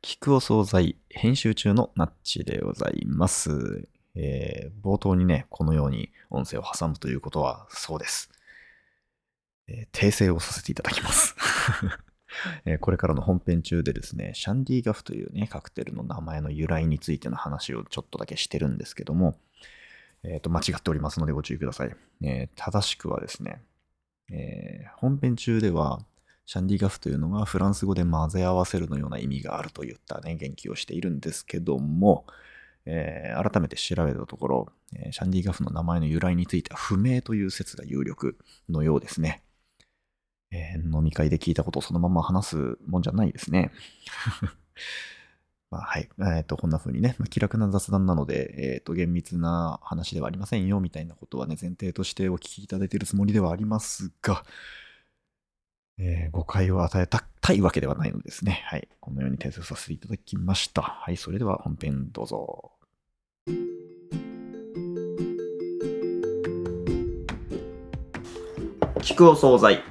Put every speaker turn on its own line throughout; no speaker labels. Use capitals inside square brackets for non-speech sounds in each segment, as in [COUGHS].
菊お惣菜編集中のナッチでございます。えー冒頭にね、このように音声を挟むということはそうです。えー訂正をさせていただきます。 [LAUGHS] えーこれからの本編中でですね、シャンディガフというね、カクテルの名前の由来についての話をちょっとだけしてるんですけども、えっ、と、間違っておりますのでご注意ください。えー正しくはですね、えー本編中では、シャンディガフというのがフランス語で混ぜ合わせるのような意味があるといったね、言及をしているんですけども、えー改めて調べたところ、えーシャンディガフの名前の由来については不明という説が有力のようですね。えー飲み会で聞いたことをそのまま話すもんじゃないですね。 [LAUGHS] まあはい。えーと、こんな風にね、まあ気楽な雑談なので、えーと、厳密な話ではありませんよ、みたいなことはね、前提としてお聞きいただいているつもりではありますが、えー誤解を与えたたいわけではないのでですね。はい。このように訂正させていただきました。はい。それでは本編どうぞ。聞くお惣菜。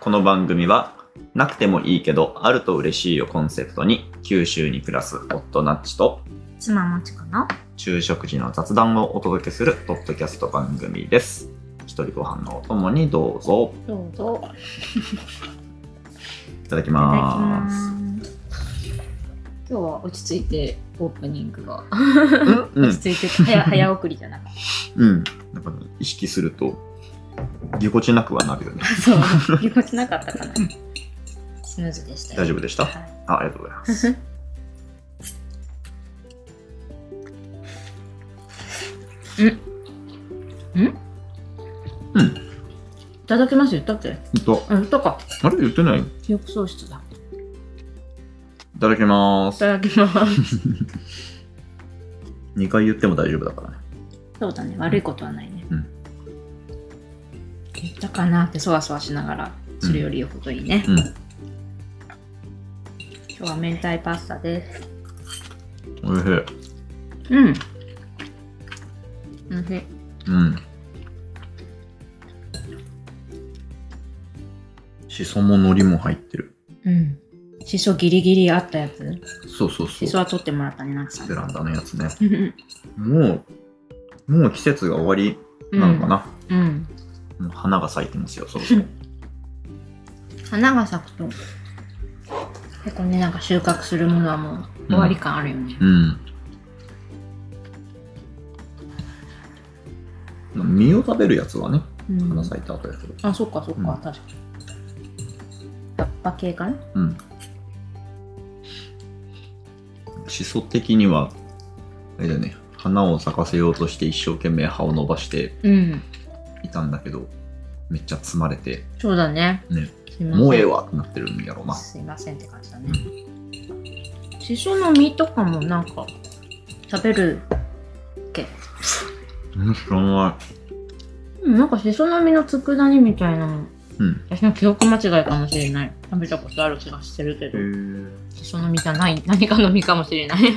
この番組は、なくてもいいけど、あると嬉しいをコンセプトに、九州に暮らす夫ナッチと、
妻もちかな
昼食時の雑談をお届けするポッドキャスト番組です。一人ご飯のお供にどうぞ。
どうぞ
いただき
いただき
ま。
ますす今日は落ち着いてオープニングが
うん、うん
落。ち着いてた早早送りじゃなかっ
うん。なんかね、意識すると、ぎこちなくはなるよね。
たそうぎこちなかったかなスムーズでしたよ
大丈夫でした
はい
あありがとうござい
[LAUGHS]
ます。
いただきます言ったっけ
ほんと、
あ言ったか
あれ言ってないい
記憶喪失だ
ただきま
い
す。
ただきます
2回言っても大丈夫だからね。
そうだね悪いことはないね、
うん
言ったかなってそわそわしながらするよりよほどいいね、
うん。
今日は明太パスタです
おいし
うんおいしい
い。うん。しそも海苔も入ってる。
うん。シソギリギリあったやつ。
そうそうそ
シ
う。
ソは取ってもらったね、なくさん。
ベランダのやつね。
うん
もう、もう季節が終わりなのかな。
うん。
もう花が咲いてますよ、そうそう。
花が咲くと、結構ね、なんか収穫するものはもう終わり感あるよね。
うん。実を食べるやつはね、
うん
花咲いた後やけど。
あ、そっかそっか、
うん
確かに。葉っぱ系かな
うん。思想的には、あれだよね、花を咲かせようとして一生懸命葉を伸ばして
うん。
いたんだけど、めっちゃ摘まれて、
そうだね。
ね
すいません。
もうええわってなってるんやろうな。
すいませんって感じだね。シソの実とかもなんか、食べる
うん、知らな
うんなんかシソの実の佃煮みたいなの
い。うん。
私の記憶間違いかもしれない食べたことある気がしてるけど
へ
その身じゃない [LAUGHS] 何かの身かもしれない [LAUGHS]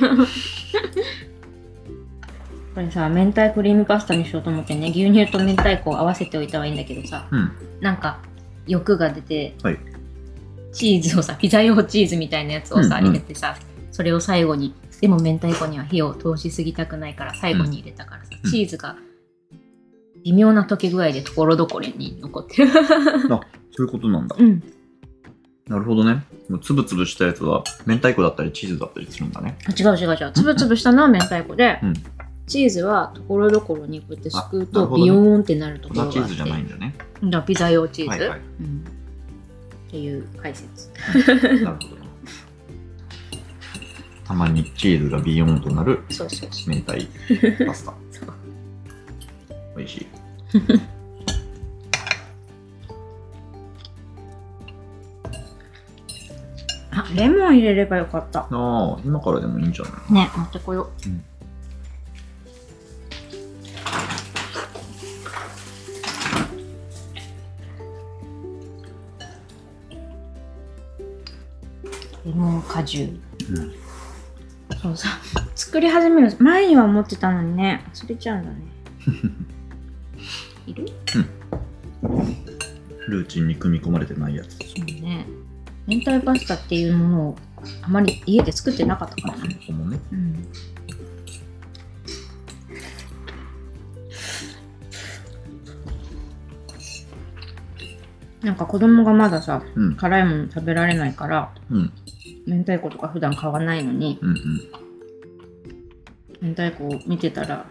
これさ明太クリームパスタにしようと思ってね牛乳と明太子を合わせておいたはいいんだけどさ
うん。
なんか欲が出て、
はい
チーズをさピザ用チーズみたいなやつをさ、
うんうん
入れてさそれを最後にでも明太子には火を通しすぎたくないから最後に入れたからさ、
うん
チーズが微妙な溶け具合でところどころに残ってる
そういうことなんだ。
うん
なるほどね。もうつぶつぶしたやつは、明太子だったりチーズだったりするんだね。
あ違う違う違うつぶつぶしたのは明太子で、
うん
チーズはところどころにこうやってすくう
あなる
と
ほどね
ビヨーンってなると
粉
ころがあって
チーズじゃないんだね。
だからピザ用チーズ、
はいはい。
うんっていう解説
なるほど。たまにチーズがビヨーンとなる
そうそうそ
明太パスタ。
そう
美味しい。
あレモン入れればよかった
ああ、今からでもいいんじゃない
ね持ってこよう、
うん
レモン果汁、
うん
そうさ作り始める前には持ってたのにね忘れちゃうん
[LAUGHS]
だねいる
ルーチンに組み込まれてないやつ。
そうね明太パスタっていうものをあまり家で作ってなかったからな。
ここもね。
うん。なんか子供がまださ、
うん。
辛いもの食べられないから、
うん。
明太子とか普段買わないのに、
うん。
明太子を見てたら、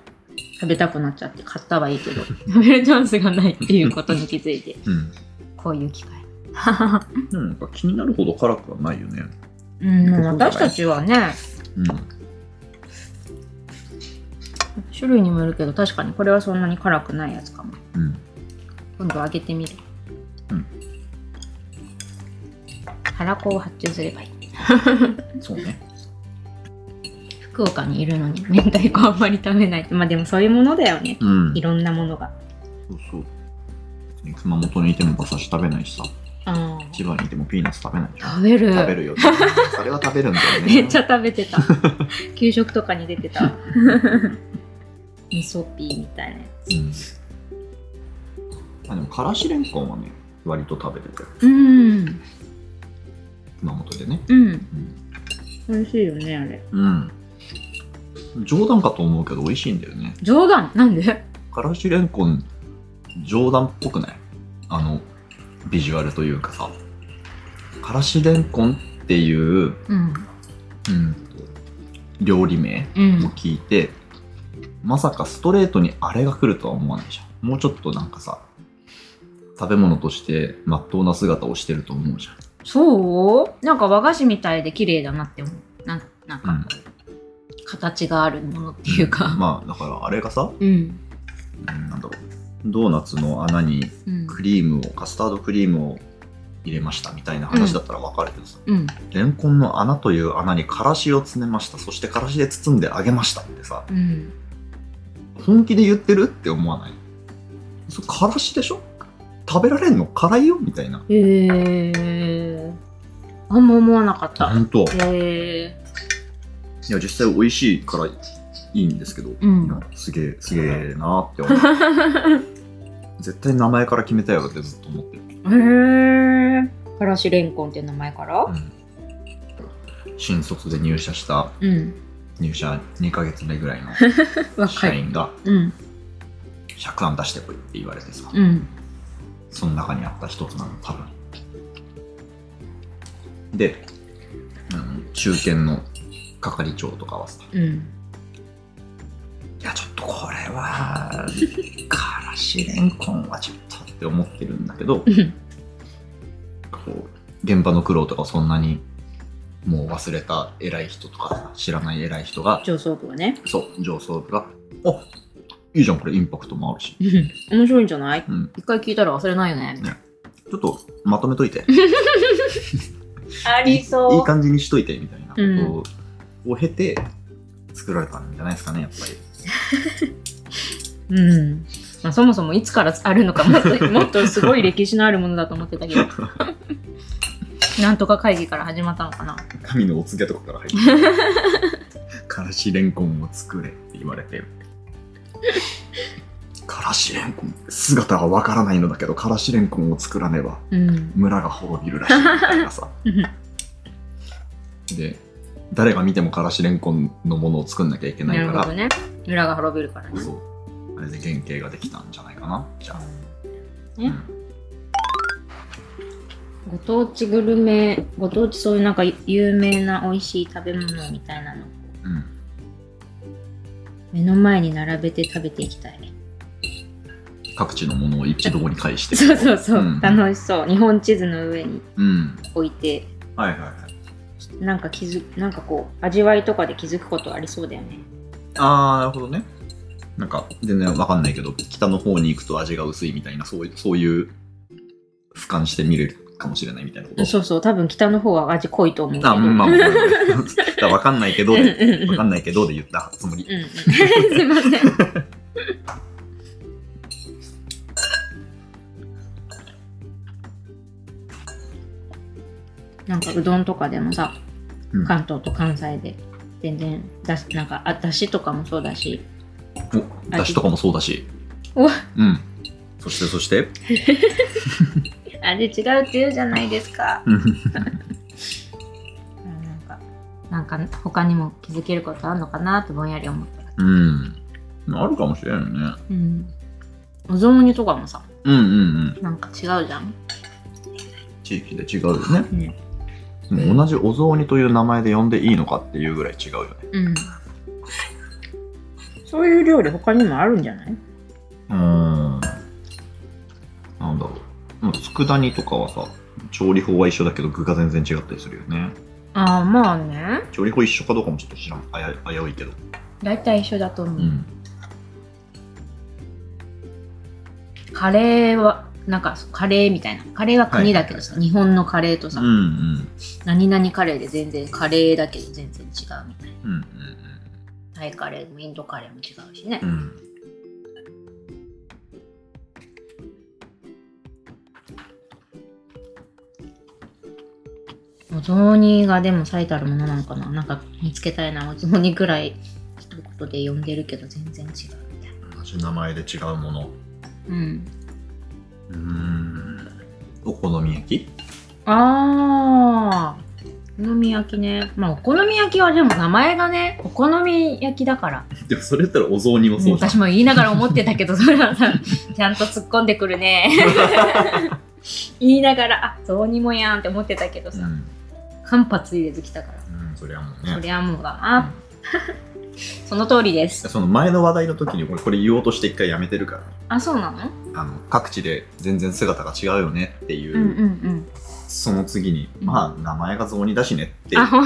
食べたくなっちゃって買ったはいいけど、食べるチャンスがないっていうことに気づいて、
うん。
こういう機会。
うん。でもなんか気になるほど辛くはないよね。
うん、もう私たちはね、
うん。
種類にもよるけど、確かにこれはそんなに辛くないやつかも。
うん。
今度揚げてみる。
うん。
たらこを発注すればいい。
そうね。
福岡にいるのに明太子あんまり食べないまあでもそういうものだよね
うん
い。ろんなものが
そうそう。熊本にいても馬刺し食べないしさ、
あ
千葉にいてもピーナッツ食べないじゃん。
食べる
食べるよね。それは食べるんだよね。
めっちゃ食べて [LAUGHS] た給食とかに出てた [LAUGHS] 味噌ピーみたいなや
うん。あでも、からしれんこんはね、割と食べてて、
つうん
熊本でね。
うん
うん。
美味しいよねあれ
うん、冗談かと思うけど、美味しいんだよね。
冗談なんで
からしれんこん、冗談っぽくないあの、ビジュアルというかさ。からしれんこんっていう、
うん
うん、料理名を
うん
聞いて、まさかストレートにあれが来るとは思わないじゃん。もうちょっとなんかさ、食べ物として真っ当な姿をしてると思うじ
そうなんか和菓子みたいで綺麗だなって思うなんなん
ゃん。うん
か。形があるものっていうか
まあ、だからあれがさ、
うん
うんなんだろう。ドーナツの穴に
うん
クリームを、カスタードクリームを入れましたみたいな話だったら分かるけどさ、
うん
レンコンの穴という穴にからしを詰めました。そしてからしで包んであげましたってさ、
うん
本気で言ってるって思わないそれからしでしょ食べられんの辛いよみたいな
へえあんま思わなかった。
本当い
へえ
や実際美味しいからいいんですけど、
うん
いやすげえすげえなって思う絶対名前から決めたよってずっと思ってる、
へえからしれんこんっていう名前から
うん新卒で入社した
うん
入社2ヶ月目ぐらいの
若
社
い
員が
うん
100案出してこいって言われてさ、
うん
その中にあった一つなの多分で、うん、中堅の係長とかはさ
うん
いやちょっとこれはからしれんこんはちょっとって思ってるんだけどこう現場の苦労とかそんなにもう忘れた偉い人とか知らない偉い人が
上層部はね [LAUGHS]
そう上層部が「あいいじゃんこれインパクトもあるし
うん面白いんじゃない」
うん
一回聞いたら忘れないよね
「ちょっとまとめとい
[LAUGHS]
て」
あ
いい感じにしといてみたいなことを経て作られたんじゃないですかねやっぱり
うんまあ、そもそもいつからあるのかもっともっ [LAUGHS] とすごい歴史のあるものだと思ってた [LAUGHS] けどなんとか会議から始まったのかな
神のお告げとかから入って
[LAUGHS]
からしれんこんを作れって言われてからしれんこん姿はわからないのだけどからしれんこんを作らねば
うん
村が滅びるらしいみたいな
[LAUGHS]
さで誰が見てもからしれんこんのものを作んなきゃいけな
ないる
か
ほ
ら
どね村が滅びるからね
そうあれで原型ができたんじゃないかなじゃあ
ねご当地グルメご当地そういうなんか有名な美味しい食べ物みたいなのを
うん、うん、
目の前に並べて食べていきたい
各地のものを一堂に会して
そうそうそう、
うん
楽しそう日本地図の上に
うん
置いて
はいはいはい
なんか気づなんかこう味わいとかで気づくことありそうだよね
ああなるほどねなんか全然わかんないけど北の方に行くと味が薄いみたいなそういうそういう俯瞰して見れるかもしれないみたいなこと
そうそう多分北の方は味濃いと思うけど
あうんまあまあまあまあ
[LAUGHS]
だからわかんないけど
うん
で
うんう
わ
ん
かんないけどで言ったつもり
うんうんすいませんなんかうどんとかでもさ、
うん
関東と関西で全然だしなんかあだしとかもそうだし
おだしとかもそうだしう
お
んそしてそして
あれ違うって言うじゃないですか
うん
なんかなんか他にも気づけることあるのかなってぼんやり思っただ
う
け
ん。あるかもしれないよね。
うんお雑煮とかもさ
うんうんうん。
なんか違うじゃん、
地域で違うよね。
うん
でも同じお雑煮という名前で呼んでいいのかっていうぐらい違うよね。
うん、そういう料理他にもあるんじゃないう
ーん。なんだろう。もう佃煮とかはさ、調理法は一緒だけど具が全然違ったりするよね。
ああまあね
調理法一緒かどうかもちょっと知らん。あや危ういけど。
大体一緒だと思
う
う、
ん。
カレーはなんかそうカレーみたいなカレーは国だけどさ、日本のカレーと
う
さ、
んうん。
何々カレーで全然カレーだけど全然違うみたいな
うんうん
タイカレーもインドカレーも違うしね
うん。う、ん。
お雑煮がでも最たるものなのかななんか見つけたいなお雑煮くらい一言で呼んでるけど全然違うみたいな
同じ名前で違うもの。
うん
うーん。お好み焼き
ああお好み焼きねまあお好み焼きはでも名前がねお好み焼きだから
[LAUGHS] でもそれだったらお雑煮も
もう私も言いながら思ってたけどそれはさちゃんと突っ込んでく
[LAUGHS]
るね言いながらあ雑煮もやんって思ってたけどさ、
うん。
間髪入れずきたから
うん、そりゃもう
そ
ね。
りゃもうだな、 [LAUGHS] その通りです
その前の話題の時に俺これ言おうとして一回やめてるから。
あそうなの
あの各地で全然姿が違うよねっていう、
うん
その次に、
うん
まあ名前が雑煮だしねって
あ本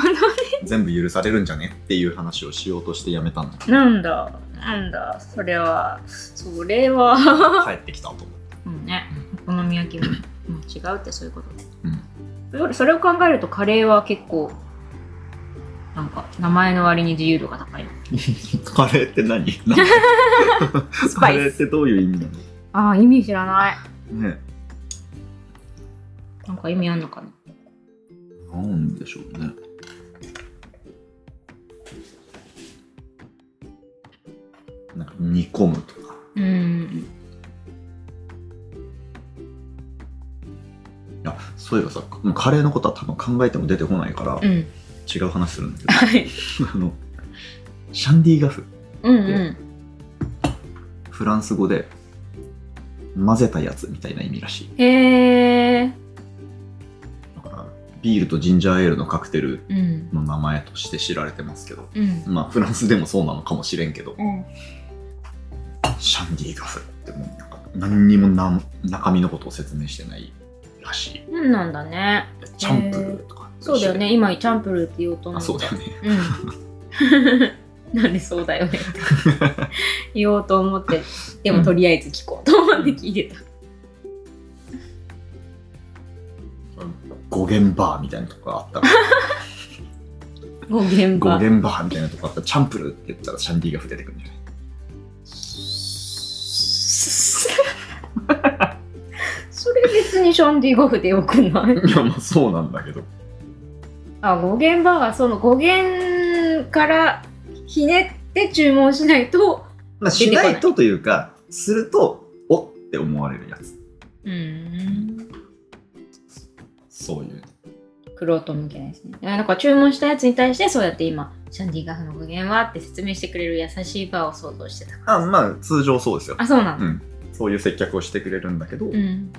全部許されるんじゃねっていう話をしようとしてやめたんだ
当なんだなんだそれはそれは
帰ってきたと思って
うんねお好み焼きももう違うってそういうことね
うん、
それそれを考えるとカレーは結構なんか名前の割に自由度が高い
[LAUGHS] カレーって何
ス
カ
パ
レ
イ
ーっ
ス
てどういう意味な
ああ意味知らない
のね
なんか意味あんのかな
なんでしょうねなんか煮込むとか
うん
いやそういえばさもうカレーのことは多分考えても出てこないから、
うん
違う話するんだけど [LAUGHS]
はい
あのシャンディガフ
[LAUGHS] うんうん
フランス語で混ぜたやつみたいな意味らしい
へえ
だからビールとジンジャーエールのカクテル
うん
の名前として知られてますけど
うん
まあフランスでもそうなのかもしれんけど
うん
シャンディガフってもうなんか何にもなん中身のことを説明してないらしい
うんなんだね
チャンプルーとか
そうだよね今チャンプルーって言おうと思
あ
って
そうだよね
うん [LAUGHS] なんでそうだよねって [LAUGHS] 言おうと思ってでもとりあえず聞こうと思って聞いてた、
語源バーみたいなとこがあった
[LAUGHS]
から
語源
語
場
源バーみたいなとこあったらチャンプルーって言ったらシャンディガフ出てくるんじゃない
[LAUGHS] それ別にシャンディゴフでよくない
いやまあそうなんだけど
あ語源バーはその語源からひねって注文しないと
まあ、
出
して
こ
な
ない
いとというか、すると、おって思われるやつ。
うん
そういう。
クロート向けですねあだから注文したやつに対してそうやって今シャンディガフの語源はって説明してくれる優しいバーを想像してた
あまあ、通常そうですよ。
あそうなんだ
うん。そういう接客をしてくれるんだけど、
うん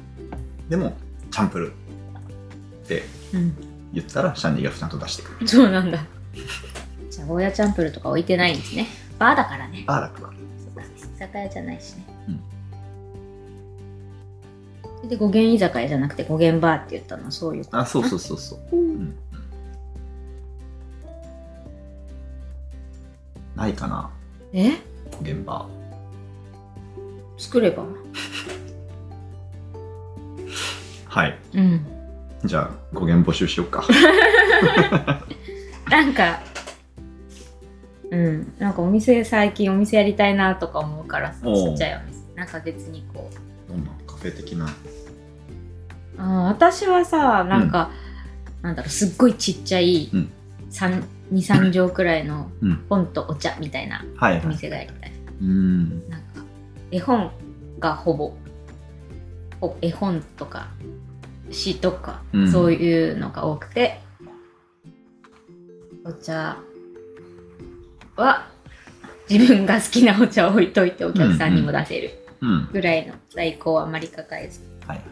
でも、チャンプルって
うん
言ったら、シャンディがちゃんと出してくる。
そうなんだ。じゃあ、ゴーヤチャンプルーとか置いてないんですね。バーだからね。
ああ、楽だ。
居酒屋じゃないしね。
うん
それで、語源居酒屋じゃなくて、語源バーって言ったのはそういうこと。
あ、そうそうそうそう。んないかな、
え
現場。
作れば
はい。
うん。
じゃあ、語源募集しよう [LAUGHS] か。
なんか、うん。なんかお店、最近お店やりたいなとか思うからさ、
おう
ちっちゃいお店。なんか別にこう。
どんなカフェ的な。
あー私はさなんか、なんだろうすっごいちっちゃい、
うん
三二23畳くらいの
うん
本とお茶みたいな
はい
お
はい。
店がやりたい、
うん。
なんか絵本がほぼほ絵本とか詩とか、
うん
そういうのが多くてお茶は自分が好きなお茶を置いといてお客さんにも出せる
うん。
ぐらいの在庫をあまり抱えず
はいはい。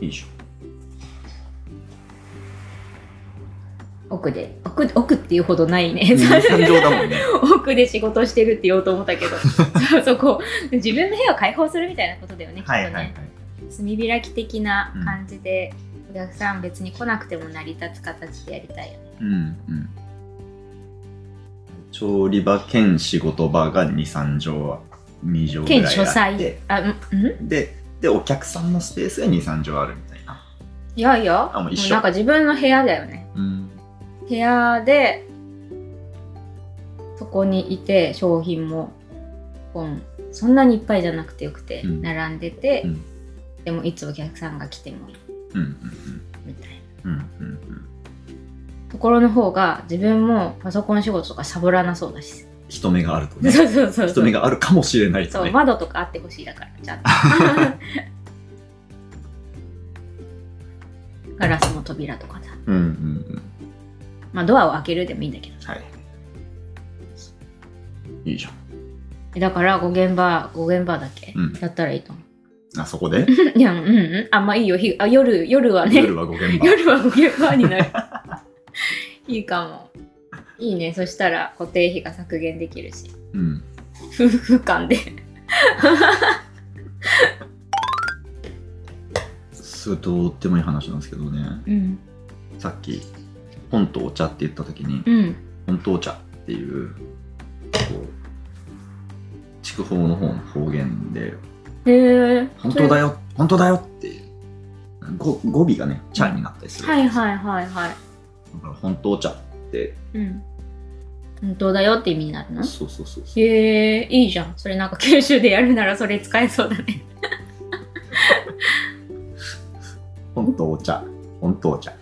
いいでしょ。
奥で奥奥っていうほどないね、
戦場だもんね。
[LAUGHS] 奥で仕事してるって言おうと思ったけど
[LAUGHS]
そうそこ自分の部屋を開放するみたいなことだよねきっとね、炭開き的な感じで、お客さん別に来なくても成り立つ形でやりたいよね
うんうん。調理場兼仕事場が2、3畳は2畳ぐ
県
らいあ
書
っ
斎
て
あうんん
でで、お客さんのスペースが2、3畳あるみたいな。
いやいや
あもう一緒
なんか自分の部屋だよね
うん。
部屋でそこにいて商品も本そんなにいっぱいじゃなくてよくて、
うん
並んでて、
うん
でもいつお客さんが来てもいい
うん
みたい
う
な
んうん。うんうん
ところの方が自分もパソコン仕事とかサボらなそうだし、
人目があるとね。
[LAUGHS] そうそうそうそ
人
う,、
目があるかもしれないと
そう
ね。
窓とかあってほしいだからちゃんと
[LAUGHS]
ガラスの扉とかさ
うんうんうん。
まあドアを開けるでもいいんだけどさ
はい。いいじゃん。
だから5現場5現場だっけ、
うん
だったらいいと思う
あそこ
[LAUGHS]
で
いや、うんうん。あんまいいよ。ひあ夜、夜はね。
夜
[LAUGHS] 夜
は5現場。
は5ゲバーになる。いいかも。いいね。そしたら固定費が削減できるし。
うん。
夫婦間で。
すごいどうでもいい話なんですけどね。
うん。
さっき本とお茶って言った時に
うん。
本とお茶っていうこう筑豊の方の方言で
へえ。
本当だ
よ。
よ本当だよっていうご語尾がね茶になったりする、
はいはいはいはい。
だから本当お茶って
うん。本当だよって意味になるの
そうそうそうそう
へえ、いいじゃん。それなんか九州でやるならそれ使えそうだね。
本当お茶本当お茶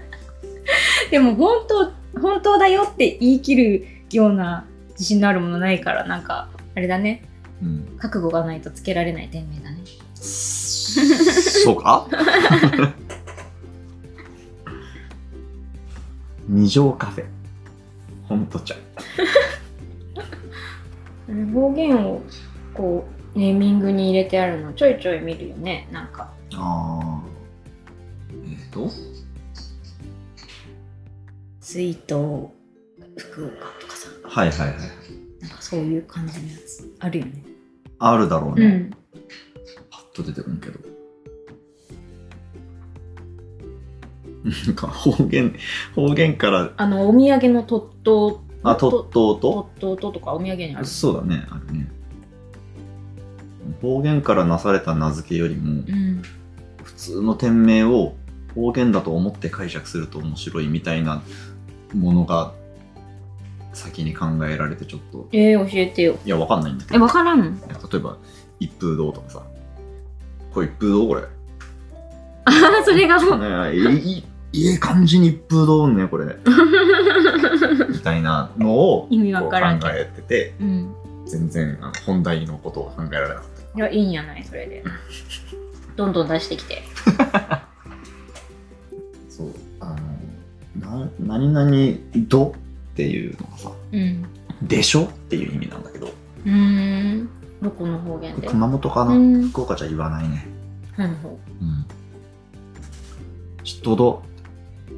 [LAUGHS] でも本当、本当だよって言い切るような自信のあるものないから、なんか、あれだね。 [LAUGHS]
うん
覚悟がないとつけられない店名だね。
そう
[LAUGHS]
か二条カフェ本当茶
方言をこうネーミングに入れてあるのちょいちょい見るよねなんか
ああえっ、と
水筒福岡とかさ
はいはいはい
なんかそういう感じのやつあるよね
あるだろう
う
ね、
ん
パッと出てこんけどなんか方言方言から
あのお土産のとっとう
あとっとう
と
と
っとうととかお土産にある
そうだねあるね方言からなされた名付けよりも
うん
普通の店名を方言だと思って解釈すると面白いみたいなものが先に考えられてちょっと
えー、教えてよ
いやわかんないんだけ
え
ど
わからん
例えば一風堂とかさこれ一風堂これ
あーそれがもう
ねいいいい感じに一風堂ねこれみたいなのを
意味わからんけ
こ
ど
う考えてて
うん
全然あの本題のことを考えられなかっ
いやいいんやないそれでどんどん出してきて
たそうあのな何々どっていうのがさ
うん
でしょっていう意味なんだけど
うーんどこの方言で
熊本かな、
うん
福岡じゃ言わないね
歯の方
うん知っとど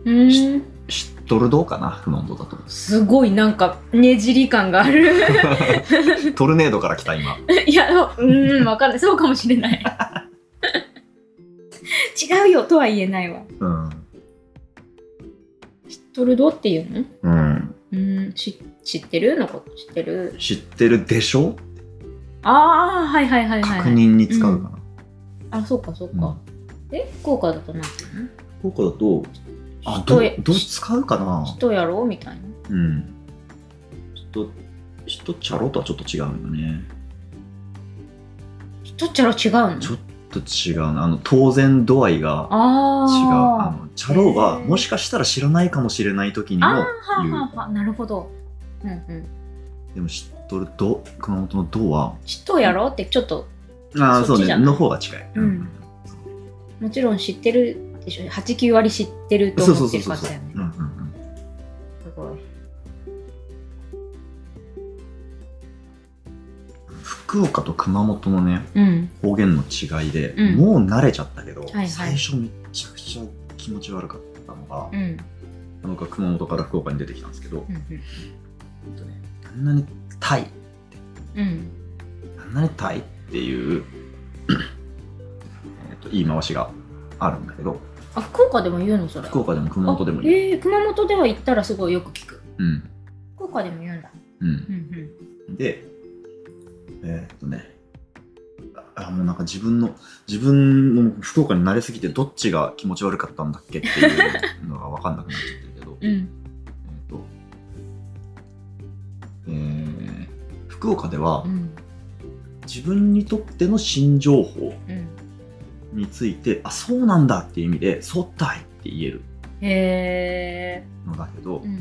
うーん
知っとるどうかな熊本だと
すごいなんかねじり感がある
[LAUGHS] トルネードから来た今
[LAUGHS] いやうーんわかんないそうかもしれない [LAUGHS] 違うよとは言えないわ
うん
知っとるどっていうのう
うん
ーん知知ってるのこと知ってる
知ってるでしょ
ああはいはいはいはい
確認に使うかな、
あそうかそうか、え福岡だとなんていうの
効果だと、あ、ど
人へ
う、どう使うかな
人やろみたい
う
な
ん。ちょっと、ちょっとチャロとはちょっと違うんよね。
人っちゃら違うの
ちょっと違うな。あの、当然度合いが違う。あ
あ
の、チャロは、
へー
もしかしたら知らないかもしれない時に
ああー
も
はあ
言う。
はあはあなるほどうんうん
でも知っとる度、熊本の度は、
人やろってちょっと
ああ、
そ
そ
っ
う
ちじ
ね。
ゃない
の方が近い。
うんもちろん知ってるでしょ89割知ってると
そうそ
思
う
って
そう
る
そうそ
方
う
だよね
うんうんうん
すごい。
福岡と熊本のね
うん。
方言の違いで、
うん
もう慣れちゃったけど、
いはい
最初めちゃくちゃ気持ち悪かったのが
う、ん。
僕は熊本から福岡に出てきたんですけど、
うん。
ほんとね、あんなにタイ
うん。
あんなにタイっていう [COUGHS] えっと言い回しがあるんだけど
あ、福岡でも言うのそれ。
福岡でも熊本でもいい、
ええ熊本では行ったらすごいよく聞く。
うん
福岡でも言うんだ。
うん
う、ん
で、えーっとね、あもうなんか自分の、自分の福岡に慣れすぎて、どっちが気持ち悪かったんだっけっていうのが分かんなくなっちゃってるけど、
[LAUGHS] うん。
えーっ
うん。
と、えー福岡では
うん。
自分にとっての新情報
うん。
について、あ、そうなんだっていう意味で、そうたいって言える
へえ。
のだけど、
うん。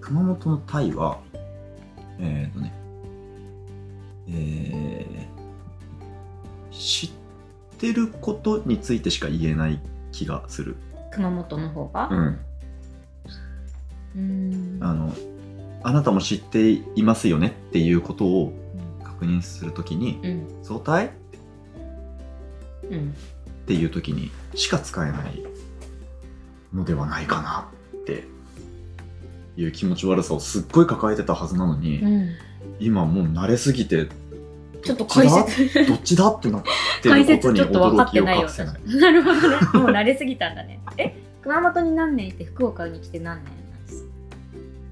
熊本のタイは、えっ、ー、とね、えー、知ってることについてしか言えない気がする。
熊本の方が。
ん。
うん。
あの、あなたも知っていますよねっていうことを確認するときに、
うん。
相対っ
うん。
ていうときにしか使えないのではないかなっていう気持ち悪さをすっごい抱えてたはずなのに、
うん。
今もう慣れすぎて、
ちょっと解
どちだ
説。
どっちだ [LAUGHS] ってなって
解
ること
説
に
ちょっと分か
驚
って
きを
ないよ
隠せない。。
なるほどね。もう慣れすぎたん
[LAUGHS]
だね。え、熊本に何年いて福岡に来て何年なんです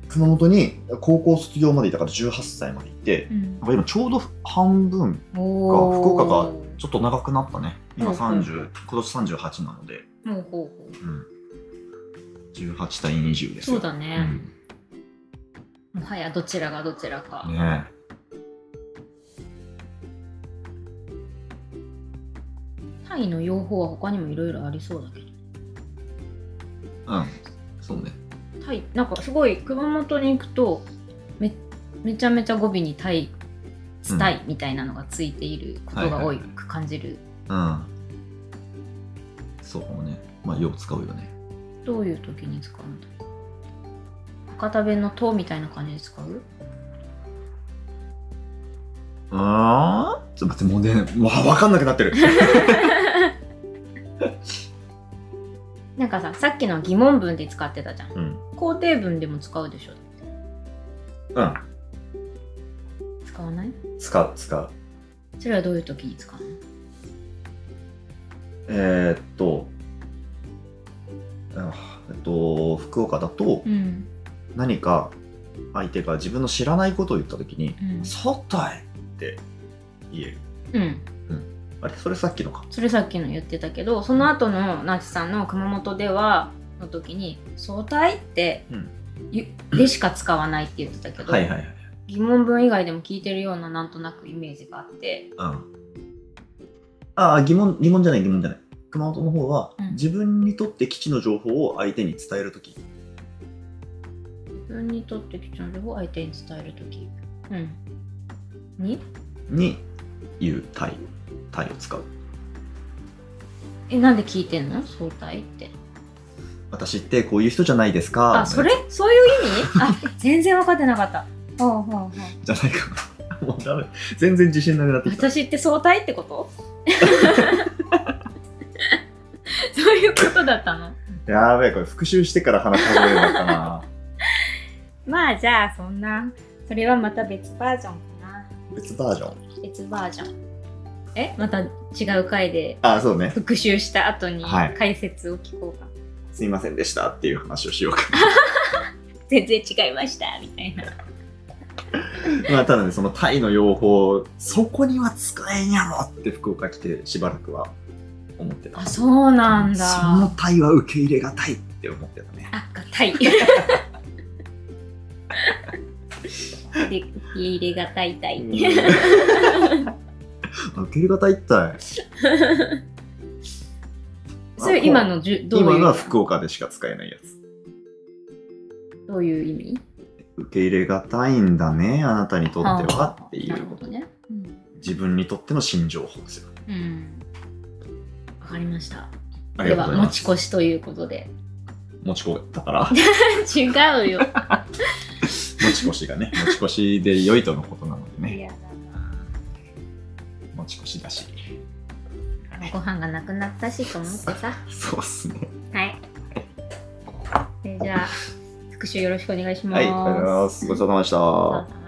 熊本に高校卒業までいたから18歳までいて、
うん
なんか今ちょうど半分、
おー
福岡がちょっと長くなったね。今
うん
30、今年38なので、
もうほうほう
うん、18対20です
そ
よ。
うだ
う
ね、
ん
もはやどちらがどちらか、
ねえ
タイの用法は他にもいろいろありそうだけど
うん、そうね。
タイなんかすごい熊本に行くとめめちゃめちゃ語尾にタイスタイみたいなのがついていることが多
はいはい
い
はい
く感じる、
うん。そうかもね。まあ、よう使うよね。
どういう時に使うんだろう博多弁の「と」みたいな感じで使う
うーんちょっと待って、もうね、わわかんなくなってる。
なんかささっきのは疑問文で使ってたじゃん
うん。
肯定文でも使うでしょ
うん。
使わない
使う、使う。
それはどういう時に使うの
えーっと、あえっと、福岡だと
うん
何か相手が自分の知らないことを言ったときに
う
「
ん
そうたい!」って言える
うん
あれそれさっきのか
それさっきの言ってたけどその後のなちさんの熊本ではの時に「相対」って、
うん
ゆでしか使わないって言ってたけど、
はいはいはい
疑問文以外でも聞いてるようななんとなくイメージがあって
うんああ疑問疑問じゃない疑問じゃない熊本の方は、
うん
自分にとって基地の情報を相手に伝えるとき
自分にとって貴重な情報を相手に伝える時、うん、に
に言う「たい」「たい」を使う
えなんで聞いてんの相対って
私ってこういう人じゃないですか
あそれそういう意味あ全然分かってなかったほうほうほう
じゃないかなもうダメ全然自信なくなってきた
私って相対ってこと [LAUGHS] そういうことだったの
やーべえ、これ復習してから話し始めるのかな。 [LAUGHS]
まあじゃあそんなそれはまた別バージョンかな
別バージョン。
別バージョンえまた違う回で
あ、そうね。
復習した後に
はい
解説を聞こうか、
すいませんでしたっていう話をしようか。 [LAUGHS]
全然違いましたみたいな
まあ、ただね、そのタイの用法、そこには使えんやろって福岡来てしばらくは思ってた。
あそうなんだ
そのタイは受け入れがたいって思ってたね。
あがたいで受け入れがたいたい、
うん [LAUGHS] あ受け入れがたいったい。
[LAUGHS] それ今のじゅどういう
今のは福岡でしか使えないやつ。
どういう意味
受け入れがたいんだね、あなたにとってはってい
な
う
るほどねうん、
自分にとっての新情報ですよ。
うん、わかりました
あり
で
がとうご
は
ざい
持
ま
ち
す。
越しということで
持ち越ったから
違うよ。
持ち越しが
[LAUGHS]
ね持ち越しで良いとのことなので
い
ね
や
持ち越しだし
だからご飯がなくなったしと思ってさ。
そうっすね
はい。
[LAUGHS]
えじゃあ、復習よろしくお願いしま
は
す。
いありがとうございますごちそうさまでした
あ